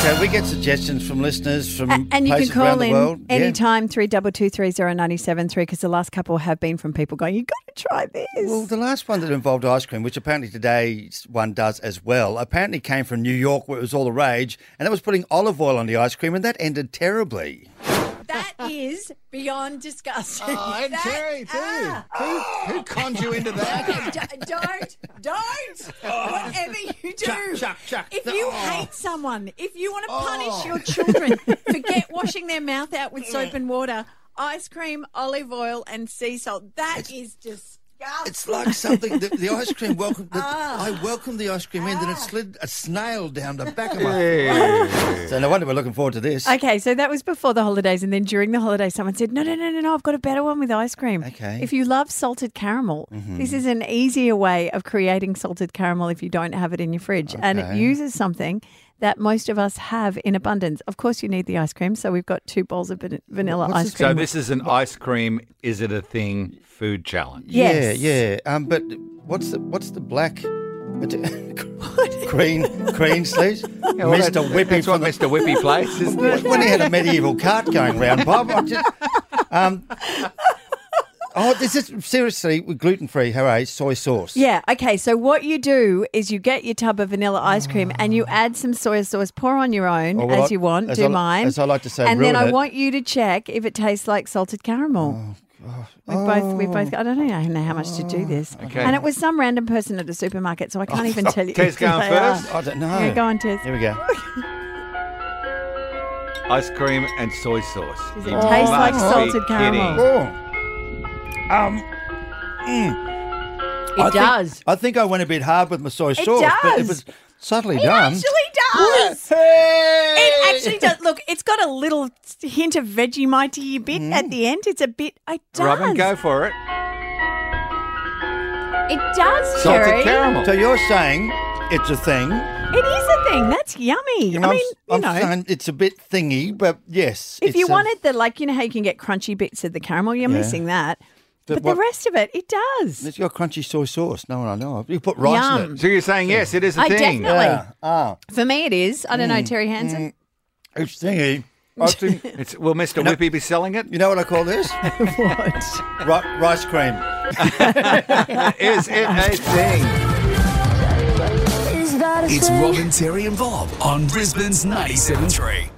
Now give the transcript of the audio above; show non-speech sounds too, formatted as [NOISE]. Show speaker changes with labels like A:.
A: So we get suggestions from listeners from
B: A- and you can
A: places around
B: call
A: the world.
B: in anytime three double two three zero ninety seven three because the last couple have been from people going, "You got to try this."
A: Yeah. Well, the last one that involved ice cream, which apparently today's one does as well, apparently came from New York where it was all the rage, and that was putting olive oil on the ice cream, and that ended terribly.
C: That is beyond disgusting.
D: Oh, and
C: That-
D: Terry, too.
C: ah,
D: Who, who conned you into that?
C: d- don't, don't,
A: Oh.
C: whatever you do.
D: Chuck, Chuck, Chuck.
C: If
D: No.
C: you hate someone, if you want to
A: Oh.
C: punish your
A: [LAUGHS]
C: children, forget washing their mouth out with soap and water, ice cream, olive oil, and sea salt. That is disgusting.
A: It's like something the, the ice cream welcomed. The,
B: Ah.
A: I welcomed the ice cream in, and it slid a snail down the back of my. So no wonder we're looking forward to this.
B: Okay, so that was before the holidays, and then during the holidays, someone said, "No, no, no, no, no! I've got a better one with ice cream.
A: Okay. Mm-hmm.
B: if you love salted caramel, this is an easier way of creating salted caramel if you don't have it in your fridge, and it
A: Okay.
B: uses something that most of us have in abundance. Of course, you need the ice cream, so we've got two bowls of van- vanilla
A: What's
B: ice
A: this-
B: cream.
E: So this is an ice cream. Is it a thing? Food challenge.
B: yes.
A: Yeah, yeah. Um, but what's the what's the black?
B: [LAUGHS]
A: [LAUGHS] green green sleeves? Mr. Whippy
E: That's what
A: from the
E: Mr. Whippy plays, isn't it?
A: [LAUGHS] when he had a medieval cart going round, Bob. I just, um, oh, this is seriously gluten free. Hooray! Soy sauce.
B: Yeah, okay. So what you do is you get your tub of vanilla ice cream and you add some soy sauce, pour on your own
A: Or what
B: as
A: I-
B: you want,
A: as
B: do
A: I li-
B: mine.
A: as I like to say,
B: And
A: ruin
B: then I
A: it.
B: want you to check if it tastes like salted caramel.
A: Oh,
B: We both, we both. I don't know, I don't know how much to do this.
E: Okay.
B: And it was some random person at a supermarket, so I
A: Oh,
B: can't even tell you.
E: Tez
B: who
E: going
B: they are.
E: first?
A: I don't know.
B: Yeah, go on, Tez.
A: Here we go.
E: Ice cream and soy sauce.
B: Does it taste like
E: must be
B: salted caramel?
E: kidding.
A: Oh. Um, mm.
B: It
A: I think-
B: does.
A: I think I went a bit hard with my soy
B: It
A: sauce, but
B: does.
A: it was subtly
B: It
A: done.
B: actually does.
A: Hey!
B: It actually does. Look, it's got a little hint of Vegemite bit
A: Mm.
B: at the end. It's a bit. It does.
E: Robin, go for it.
B: It does,
E: Salted
B: Jerry.
E: caramel.
A: So you're saying it's a thing?
B: It is a thing. That's yummy.
A: and
B: I
A: I'm-
B: mean, you
A: I'm
B: know,
A: saying it's a bit thingy, but yes.
B: if
A: it's
B: you
A: a-
B: wanted the like, you know how you can get crunchy bits of the caramel, you're
A: Yeah.
B: missing that.
A: The
B: but
A: what-
B: the rest of it, it does.
A: it's got crunchy soy sauce. No one I know of. You put rice in
B: Yum.
A: it.
E: So you're saying yes, it is a
B: I
E: thing.
B: definitely-
A: Yeah. Ah, Mm.
B: For me, it is. I don't know, Terry Hansen.
A: it's thingy. I think,
E: It's, will Mr. Whippy be selling it?
A: you know what I call this?
B: [LAUGHS] what?
A: Ri- rice cream.
E: Is it a thing?
F: It's Robin, Terry, and Bob on Brisbane's 97.3.